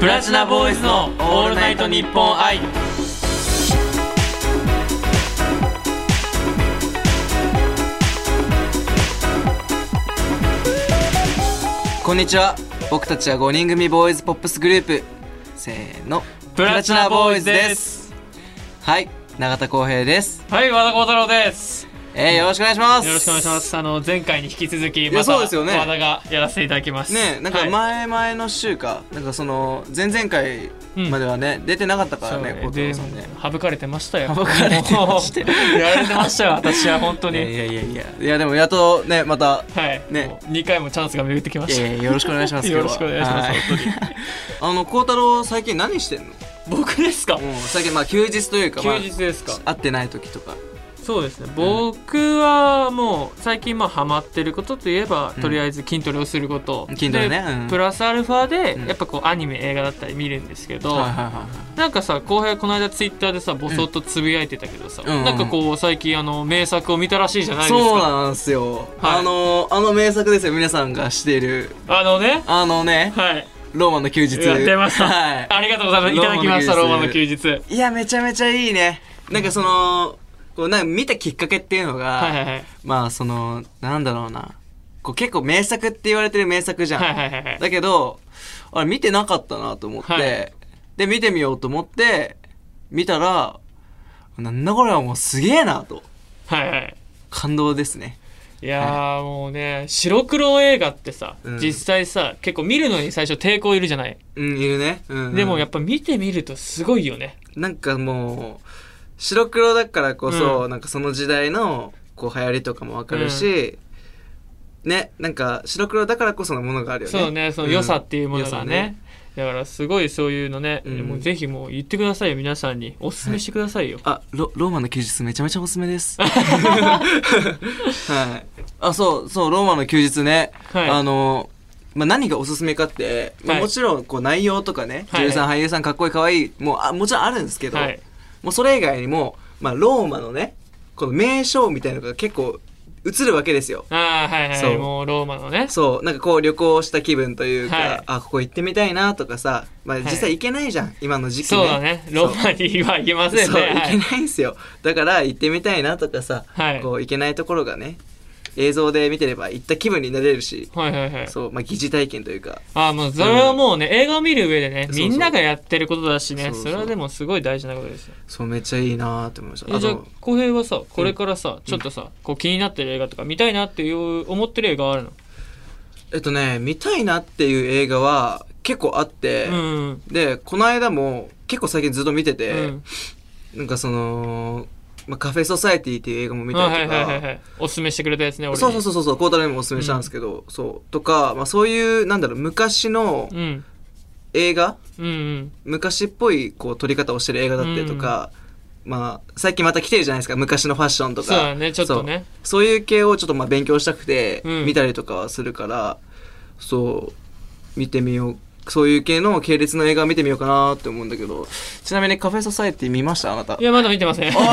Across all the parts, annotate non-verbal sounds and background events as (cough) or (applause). プラチナボーイズのオールナイトニッポン愛こんにちは僕たちは5人組ボーイズポップスグループせーのプラチナボーイズですはい永田浩平ですはい和田幸太郎ですえー、よろしくお願いしますよろしくお願いしますあの前回に引き続きやまたそう和ですよね田がやらせていただきますねなんはかい前々の週か、なんかその前々回まではね、出てなかったからねそ孝う太で郎さんね省かれてましたよ省かれてましたよもうやられてましたよ私は本当いに、やいやいやいやいやでもやっとねまたはい、ねもう2回もチャンスが巡ってきまいした、やいやよろしくお願いしますよろしくお願いします今日ははい (laughs) あの孝太郎最近何してんの僕ですか、もう最近まあ休日というか、まあ、休日ですか会ってない時とかそうですね僕はもう最近まあハマってることといえば、うんとりあえず筋トレをすること筋トレねでうんプラスアルファで、うんやっぱこうアニメ映画だったり見るんですけど、はいはいはいなんかさ浩平この間ツイッターでさボソッとつぶやいてたけどさ、うんうんうんなんかこう最近あの名作を見たらしいじゃないですそうかなんですよ、はいあのあの名作ですよ皆さんがしているあのねあのねはい「ローマの休日」やってました、はいありがとうございますいただきましたロローーママのの休休日はいいやめちゃめちゃいいねなんかそのこうなんか見たきっかけっていうのが、はいはいまあそのなんだろうなこう結構名作って言われてる名作じゃん、はいはいはいはいだけどあれ見てなかったなと思って、はいで見てみようと思って見たらなんだこれはもうすげえなとはいはい感動ですねいやーもうね白黒映画ってさ、うん実際さ結構見るのに最初抵抗いるじゃないうんいるね、うんうんでもやっぱ見てみるとすごいよね。なんかもう白黒だからこそ、うなんかその時代のこう流行りとかもわかるし、ねなんか白黒だからこそのものがあるよねそうね、その良さっていうもの良がさね。だからすごいそういうのね、うんもうぜひもう言ってくださいよ、皆さんに。おすすめしてくださいよ。あロローマの休日めちゃめちゃおすす (laughs) めですはいあそうそうローマの休日ね、はいあのまあ、何がおすすめかって、まあはいもちろんこう内容とかね、はい女優さん俳優さんかっこいいかわいいもうあもちろんあるんですけど、はい。もうそれ以外にも、まあ、ローマのねこの名称みたいなのが結構映るわけですよああ、はいはそい。うもうローマのね。そうなんかこう旅行した気分というか、はいあここ行ってみたいなとかさ、まあ、い実際行けないじゃん、今の時期ねそうだね。ローマには行けまそうせんそうね。行はけいないんですよだから行ってみたいなとかさ、はいこう行けないところがね映像で見てれば行った気分になれるし、はいはいはい。そうまあ疑似体験というかああ、もうそれはもうね、映画を見る上でね、そうそうみんながやってることだしね、そうそうそれはでもすごい大事なことですよ。そうめっちゃいいなって思いましたえあじゃあの、浩平はさ、これからさ、ちょっとさ、こう気になってる映画とか見たいなっていう思ってる映画あるのえっとね見たいなっていう映画は結構あって、うん。でこの間も結構最近ずっと見てうて、ん。なんかその、まあ、カフェソサエティっていう映画も見たりとか、はいはいはいはいおすすめしてくれたやつね俺にそうそうそうそう孝太郎にもおすすめしたんですけど、そうとか、まあ、そういうなんだろう昔のうん映画うんうん昔っぽいこう撮り方をしてる映画だったりとか、まあ最近また来てるじゃないですか昔のファッションとかそうだねちょっとねそうそういう系をちょっとまあ勉強したくて、うん見たりとかはするからそう見てみようそういう系の系列の映画を見てみようかなって思うんだけどちなみにカフェソサエティ見ましたあなたいやまだ見てませんおまー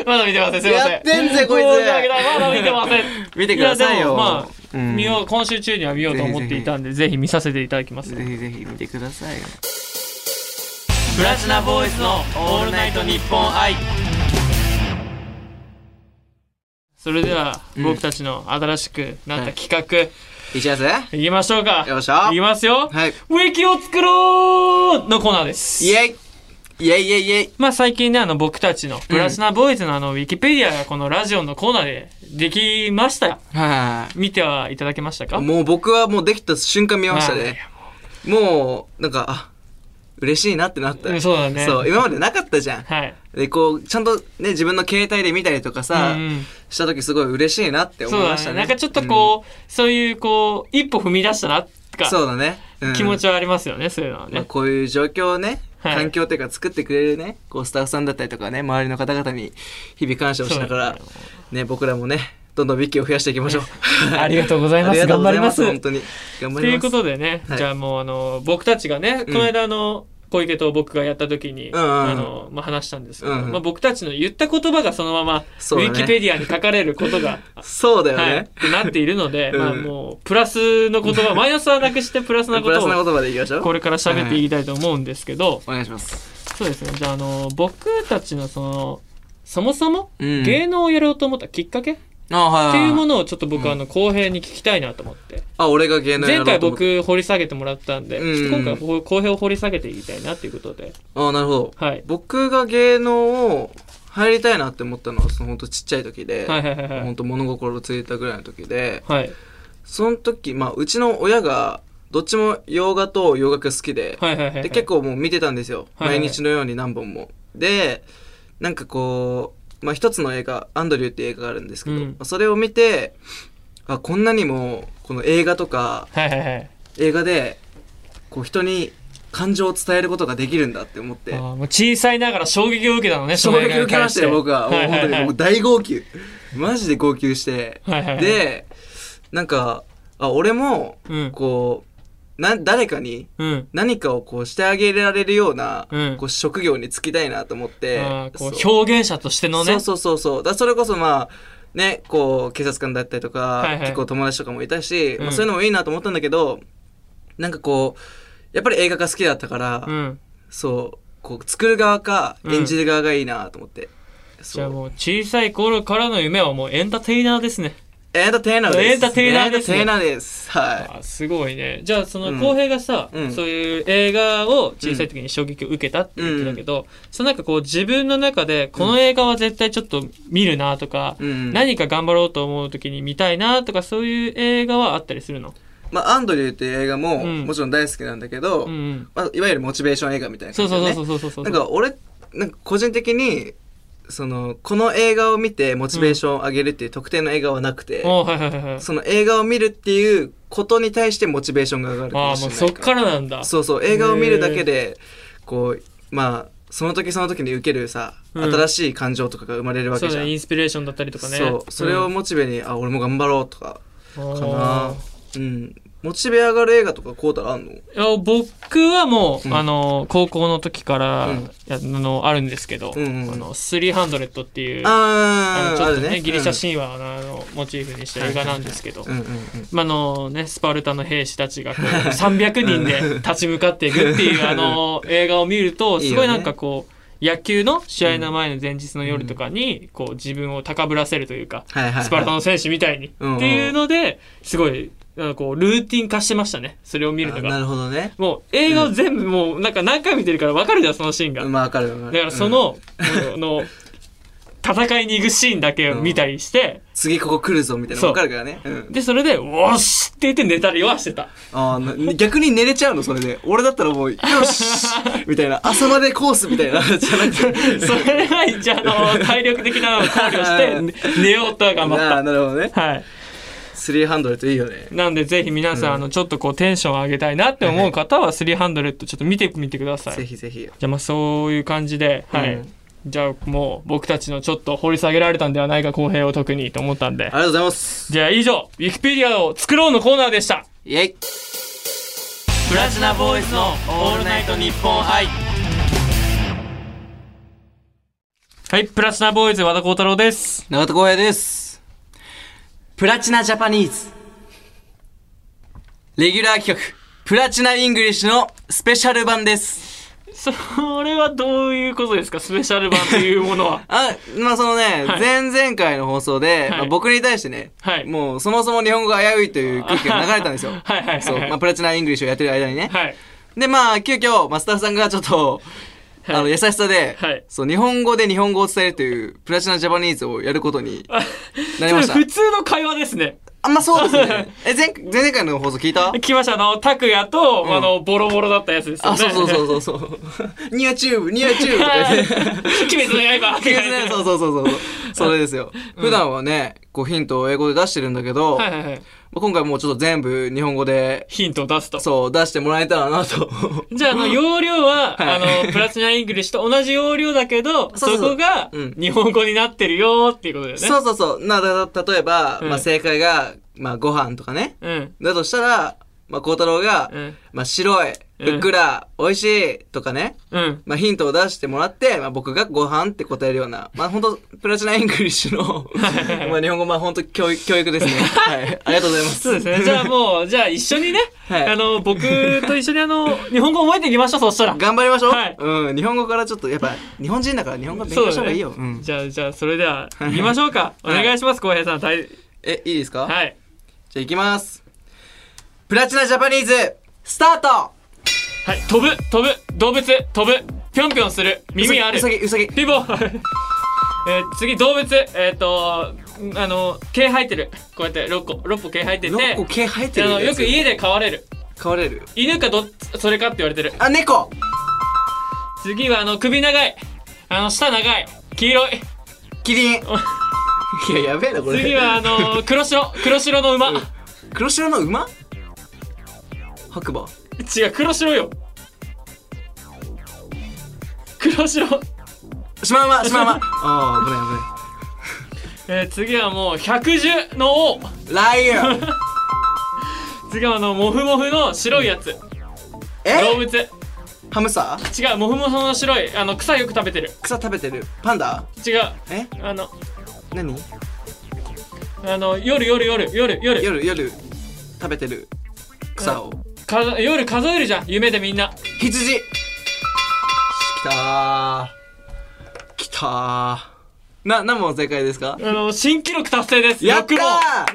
いだ見て (laughs) ませんすいませんやってんぜこいつ申し訳ないまだ見てません見てくださいよやでもまあうん見よう今週中には見ようと思っていたんでぜひ見させていただきますぜひぜひ見てくださいよプラチナボーイズのオールナイトニッポン愛それではうん僕たちの新しくなった企画いきますねいきましょうかよっしゃいきますよはいウィキを作ろうのコーナーですイェイイェイイェイイェイまあ最近ね、あの僕たちのプラチナボーイズのあのウィキペディアがこのラジオのコーナーでできました。は見てはいただけましたかいもう僕はもうできた瞬間見ましたはいいねもうなんかあ嬉しいなってなっうたんそうだねそう今までなかったじゃんはい。でこうちゃんとね自分の携帯で見たりとかさ、うんうんした時すごい嬉しいなって思そういまだしねたねなんかちょっとこう、そういうこう、一歩踏み出したなとうんか、そうだね、うん気持ちはありますよね、そういうのはまあ、ね。こういう状況をね、はい環境というか作ってくれるねこうスタッフさんだったりとかね周りの方々に日々感謝をしながらそうだねね僕らもねどんどんウィキを増やしていきましょう (laughs) ありがとうございま (laughs) あす。りがとう頑張ござりいまますす。本当に頑張とりいうますことでね、はいじゃあもうあの、僕たちがね、この間あの、小池と僕がやった時に、うんうんうんあの、まあ、話したんですけど、うんうんまあ、僕たちの言った言葉がそのまま、そうだウねィキペディアに書かれることが、そうだよはい、っね。てなっているので、 (laughs) うんまあ、もう、プラスの言 (laughs) 葉、マイナスはなくしてプラスなこプラスとなを、言葉でいきましょう。これから喋っていきたいと思うんですけど、お願いします。そうですね。じゃあ、あの、僕たちのその、そもそも、うん芸能をやろうと思ったきっかけ、あ、はい、っていうもの。のをちょっと僕、あの、公平に聞きたいなと思って。あ、俺が芸能やろ前うと回思って。僕掘り下げてもらったんで、うんちょっと今回ほ公平を掘り下げていきたいなっていうことで。あ、なるほど。はい。僕が芸能を入りたいなって思ったのは、その本当ちっちゃい時で、はいはいはいは本い。当物心ついたぐらいの時で、はい。その時、まあ、うちの親が、どっちも洋画と洋楽好きで、はいはいはいはい。で結構もう見てたんですよ、はいはい毎日のように何本もでなんかこう、まあ、一つの映画「アンドリュー」っていう映画があるんですけど、うんまあそれを見てあこんなにもこの映画とかはいはいはい。映画でこう人に感情を伝えることができるんだって思っあてーもう小さいながら衝撃を受けたのね、衝撃を受けましたよ僕はもうはい本はい当はにい僕大号泣マジで号泣してはいはいはい。、でなんかあ俺もうん。こうな誰かにうん。何かをこうしてあげられるような、うんこう職業に就きたいなと思って、あーこそうう表現者としてのね。そうそうそうそうだそれこそまあねこう警察官だったりとか、いはい結構友達とかもいたし、うんまあ、そういうのもいいなと思ったんだけどなんかこうやっぱり映画が好きだったから、うん。そうこう作る側かうん演じる側がいいなと思って、じそゃあうもう小さい頃からの夢はもうエンターテイナーですね。エンターテイナーですエンターテイナーですねエンターテイナーですはあーすごいね。じゃあそのうん浩平がさ、うんそういう映画を小さい時に衝撃を受けたって言ってたけど、そのなんかこう自分の中でこの映画は絶対ちょっと見るなとか、い、うん、何か頑張ろうと思う時に見たいなとかそういう映画はあったりするのまあ、アンドリューっていう映画も、うんもちろん大好きなんだけど、うんうん。まあ、いわゆるモチベーション映画みたいなそ感うじだそようねそうそうそうそう。なんか俺、なんか個人的に、その、この映画を見てモチベーションを上げるっていう特定の映画はなくて、おーはいはいはいはい。その映画を見るっていうことに対してモチベーションが上がるかあもあ、しもれうないそっからなんだ。そうそう、映画を見るだけで、こう、まあ、その時その時に受けるさ、うん新しい感情とかが生まれるわそけうじゃだね、イん。ンスピレーションだったりとかね。そう、それをモチベに、あ、俺も頑張ろうとか、うん、あかなー。うん。モチベ上がる映画とかこうたらあんのいや僕はもう、うんあの高校の時から、うんやあのあるんですけど、うんうんうんあの300っていうああのー、ちょっあとるねね。ギリシャ神話のあのモチーフにした映画なんですけど、うんうんうんうん。まああのね、スパルタの兵士たちがこう300人で立ち向かっていくっていうあの映画を見るといいよねすごいなんかこう野球の試合の前の前日の夜とかに、こう自分を高ぶらせるというか、はいはいはい。スパルタの選手みたいにってうんうんいうのですごいあのこうルーティン化してましたねそれを見るのあがな。るほどね。もう映画を全部もうなんか何回見てるから分かるじゃんそのシーンが。だまあ、わかるわかる。からそうんの、あの、戦いに行くシーンだけを見たりして、次ここ来るぞみたいなそうわかるからね。うん、で、それで、おっしって言って寝たりはしてた。ああな逆に寝れちゃうのそれで。俺だったらもう、よ (laughs) しみたいな。朝までコースみたいな。じゃなくて。それが一応あの、体力的なのを考慮して、ね寝ようとは頑ああ、張っなるほどね。た。はい。 300いいよね。なんで、ぜひ皆さん、あの、ちょっとこう、テンション上げたいなって思う方は、300ちょっと見てみてください。ぜひぜひ。じゃあまあそういう感じで、はい。うんじゃあもう僕たちのちょっと掘り下げられたんではないか公平を特にと思ったんであ。りがとうございます。じゃあ以上、ウィキペディアを作ろうのコーナーでした。イェイプラチナボーイズのオールナイトニッポン愛はい、プラチナボーイズ和田幸太郎です。長田光平です。プラチナジャパニーズ。レギュラー企画、プラチナイングリッシュのスペシャル版です。。それはどういうことですかスペシャル版というものは (laughs) あ、まあそのね、はい前々回の放送はで、いまあ、僕に対してね、はいもうそもそも日本語が危ういという空気が流れたんですよ。 (laughs) はいはいはいはいそう、まあプラチナイングリッシュをやってる間にね。はい。で、まあ急遽、まあスタッフさんがちょっと、はいあの、優しさで、はいそう、日本語で日本語を伝えるという、プラチナジャパニーズをやることになりましそれ普た。通の会話ですね。あんまあそうです (laughs) ね。え、前、前々回の放送聞いた来ました、あの、拓也と、んあの、ボロボロだったやつですよあ、ね。そうそうう。そうそう (laughs) そう。ニアチューブ、ニアチューブとか言って。鬼滅の刃。そうそうそうそうそう。それですよ。普段はね、こうヒントを英語で出してるんだけど、はいはいはい。今回もうちょっと全部日本語で、ヒントを出すと。そう、出してもらえた (laughs) らなと。じゃ (laughs) あ、あの、容量は、はいあの、プラチナイングリッシュと同じ容量だけど、そそうそうそうこがうん、日本語になってるよーっていうことだよね。そうそうそう。な、だ、だ例えば、うんまあ正解が、まあご飯とかね。うん。だとしたら、まあ、孝太郎が、うん。まあ、白い、ふっくら、美味しい、とかね、うん。まあ、ヒントを出してもらって、まあ、僕がご飯って答えるような、まあ、本当プラチナイングリッシュの、まあ、日本語、まあ、本当教育、教 (laughs) 育ですね。はい。ありがとうございます。そうですね。じゃあもう、じゃあ一緒にね、 (laughs) はいあの、僕と一緒にあの、日本語覚えていきましょう、そしたら。頑張りましょう、はいうん、日本語からちょっと、やっぱ、日本人だから日本語勉強した方がいいよ。そううだねん。じゃあ、じゃあ、それでは、行きましょうか。おはい願いします、浩平さん。大え、いいですかはい。じゃあ行きます。プラチナジャパニーズ、スタートはい。飛ぶ、飛ぶ、動物、飛ぶ、ぴょんぴょんする、耳あるうさ。ぎ、うさぎ。ピンポン (laughs) えー次、動物。えっ、と、んあの、毛生えてる。こうやって6個、6個毛生えてて。 6個毛生えてあるの、よくい家で飼われる。飼われる。犬かどっち、それかって言われてる。あ、猫次は、あの、首長い。あの、舌長い。黄色い。キリン (laughs) いや、やべえな、これ。次は、あの、黒白。黒白の馬。黒白の馬白馬。違う、黒白よ。黒白。シマウマ、シマウマ。あ (laughs) あ、危ないえー次はもう、百獣の王。危ない。ライオン。次は、あの、モフモフの白いやつ。動え物。違ハムスターう、モフモフの白い。あの、草よく食べてる。草食べてる。パンダ違う。えあの、何あの夜夜夜夜夜夜、夜、食べてる。草を。か夜数えるじゃん夢でみんな羊きたーきたーな、何問正解ですかあの新記録達成ですやった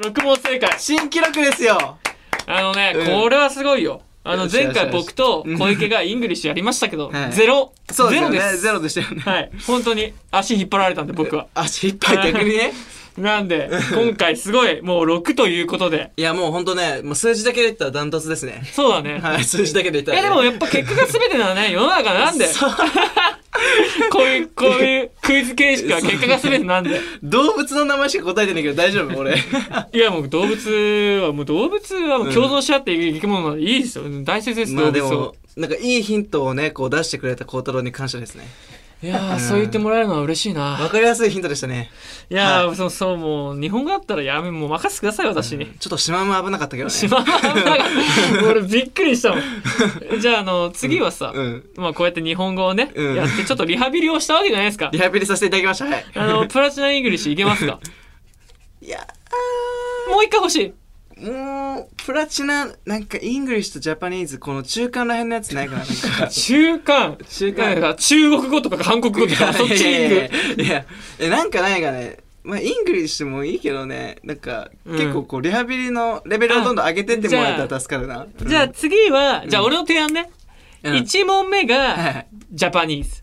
6ー問6問正解新記録ですよあのね、うんこれはすごいよあよのし前よ回しよし僕と小池がイングリッシュやりましたけど、はいゼロそうですゼよロねで。ゼすロでしたよね。はい本当に足引っ張られたんで僕 (laughs) は足いっぱい逆にね。なんで今回すごいもう6ということでいや、もうほんとね、もう数字だけで言ったらダントツですね。そうだね、はい、数字だけで言ったい、ら、やでね。もやっぱ結果が全てなのね世の中なん (laughs) でそう (laughs) こういうこういうクイズ形式は結果が全てなん (laughs) で動物の名前しか答えてないけど大丈 (laughs) 夫俺。いやもう動物はもう動物はもう共存し合って生き物なんでいいですよ大切ですま動あで物を、も、なんかいいヒントをね、こう出してくれた孝太郎に感謝ですね。いやー、そう言ってもらえるのは嬉しいなわかりやすいヒントでしたね。いやー、はそうそうもう日本語だったらやめもう任せてください私に、ちょっと島も危なかったけ (laughs) どね。しまわない (laughs) 俺びっくりしたもんじゃああの次はさ、うん。まあこうやって日本語をね、うんやってちょっとリハビリをしたわけじゃないですかリハビリさせていただきました。はい。あ (laughs) のプラチナイングリッシュいけますかいやもう一回欲し (laughs) いもう、プラチナ、なんか、イングリッシュとジャパニーズ、この中間らへんのやつないかななん (laughs) か中間中なん間。か中国語とか韓国語とか (laughs) そっちに行くいやいやいやいやえ、なんかないかね。まあ、イングリッシュもいいけどね、なんか、うん結構こう、リハビリのレベルをどんどん上げてってもらえたら助かるな。じゃあ次は、じゃあ俺の提案ね。うん、うん1問目はいがはい。ジャパニーズ。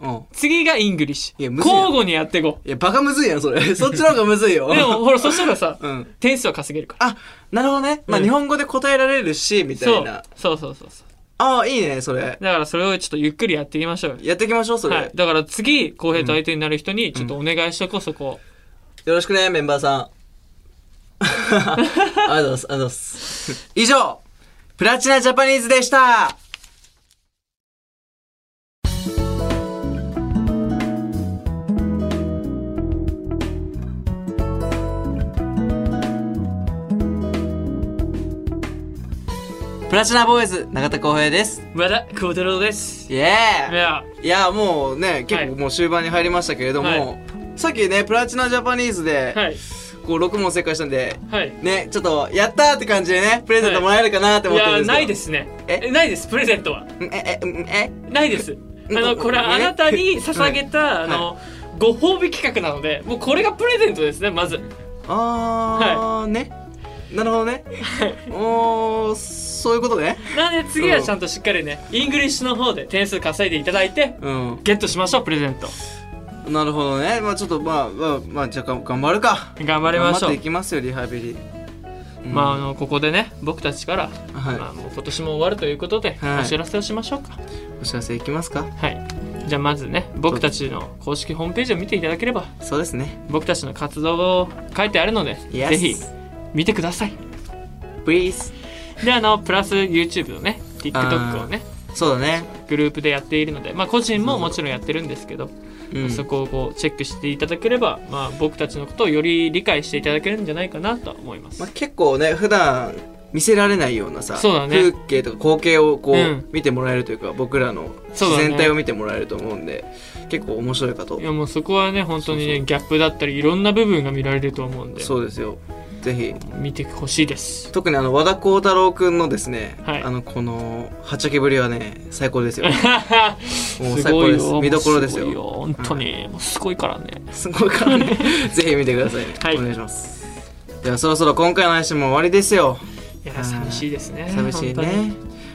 うん。次がイングリッシいやュ。むずいな交互にやっていこいや、バカむずいやん、それ。 (laughs) そっちの方がむずいよ。う。でも、ほら、そしたらさ、 (laughs) うん。点数は稼げるから。あ、なるほどね。まあ、うん日本語で答えられるし、みたそいうな。そうそうそうそう。ああ、いいね、それ。だからそれをちょっとゆっくりやっていきましょうよ。やっていきましょう、それ。はい。だから次、公平と相手になる人に、ちょっとお願いしとこう、そこ。よろしくね、メンバーさん。 (laughs) ありがとうございます、ありがとうございます。以上、プラチナジャパニーズでした。プラチナボーイズ、永田光平です。和田幸太郎です。イいエーイや、いやもうね結は構いもう終盤に入りましたけれども、はいさっきねプラチナジャパニーズで、はい。こう6問正解したんではい。ねちょっとやったーって感じでねプレゼントもらえるかなってい思ってやるんですけど、ないですね。ええ、ないです、プレゼントは。んええんえないです。あうの、んこれはあなたに捧げた、あの、ご褒美企画なので、もうこれがプレゼントですね、まず。 (laughs) あー、ねなるほどねおーそういうことねなので次はちゃんとしっかりね、イングリッシュの方で点数稼いでいただいて、うんゲットしましょう、プレゼント。なるほどねまあちょっとまあまあ、まあ、じゃあ頑頑張るか頑張りましょう頑張ってい。きますよリハビリ、うんまあ、あの、ここでね、僕たちから、はい、まあ、もう今年も終わるということで、はおい知らせをしましょうか。お知らせいきますかはい。じゃあまずね、僕たちの公式ホームページを見ていただければ、そうですね僕たちの活動を書いてあるので、 Yes ぜひ見てください。 Please で、あの、プラス YouTube のね、TikTok をね、そうだねグループでやっているので、まあ、個人ももちろんやってるんですけど、うんそこをこうチェックしていただければ、まあ、僕たちのことをより理解していただけるんじゃないかなとは思います。まあ、結構ね普段見せられないようなさ、そうだね風景とか光景をこう、うん見てもらえるというか僕らのそう自だね然体を見てもらえると思うんで、結構面白いかといやもうそこはね本当にねそうそうギャップだったりいろんな部分が見られると思うんでそうですよぜひ見てほしいです特にあの和田光太郎くんのですね、はいあのこのはっちゃけぶりはね最 (laughs) 高ですよ (laughs) もうす最ごい高でよすもう見どころですごいよ本当に、もうすごいからねすごいか (laughs) らねぜひ見てくださいね、はいお願いしますではそろそろ今回の話も終わりですよいはやい寂しいですね寂しい本当にね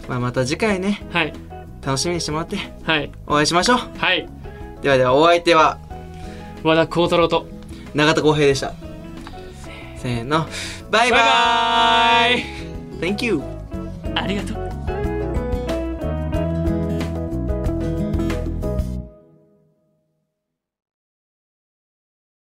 まあまた次回ねはい楽しみにしてもらってはいお会いしましょうはいではではお相手は和田幸太郎と永田浩平でしたせーのバイババイバーイイ Thank you ありがとう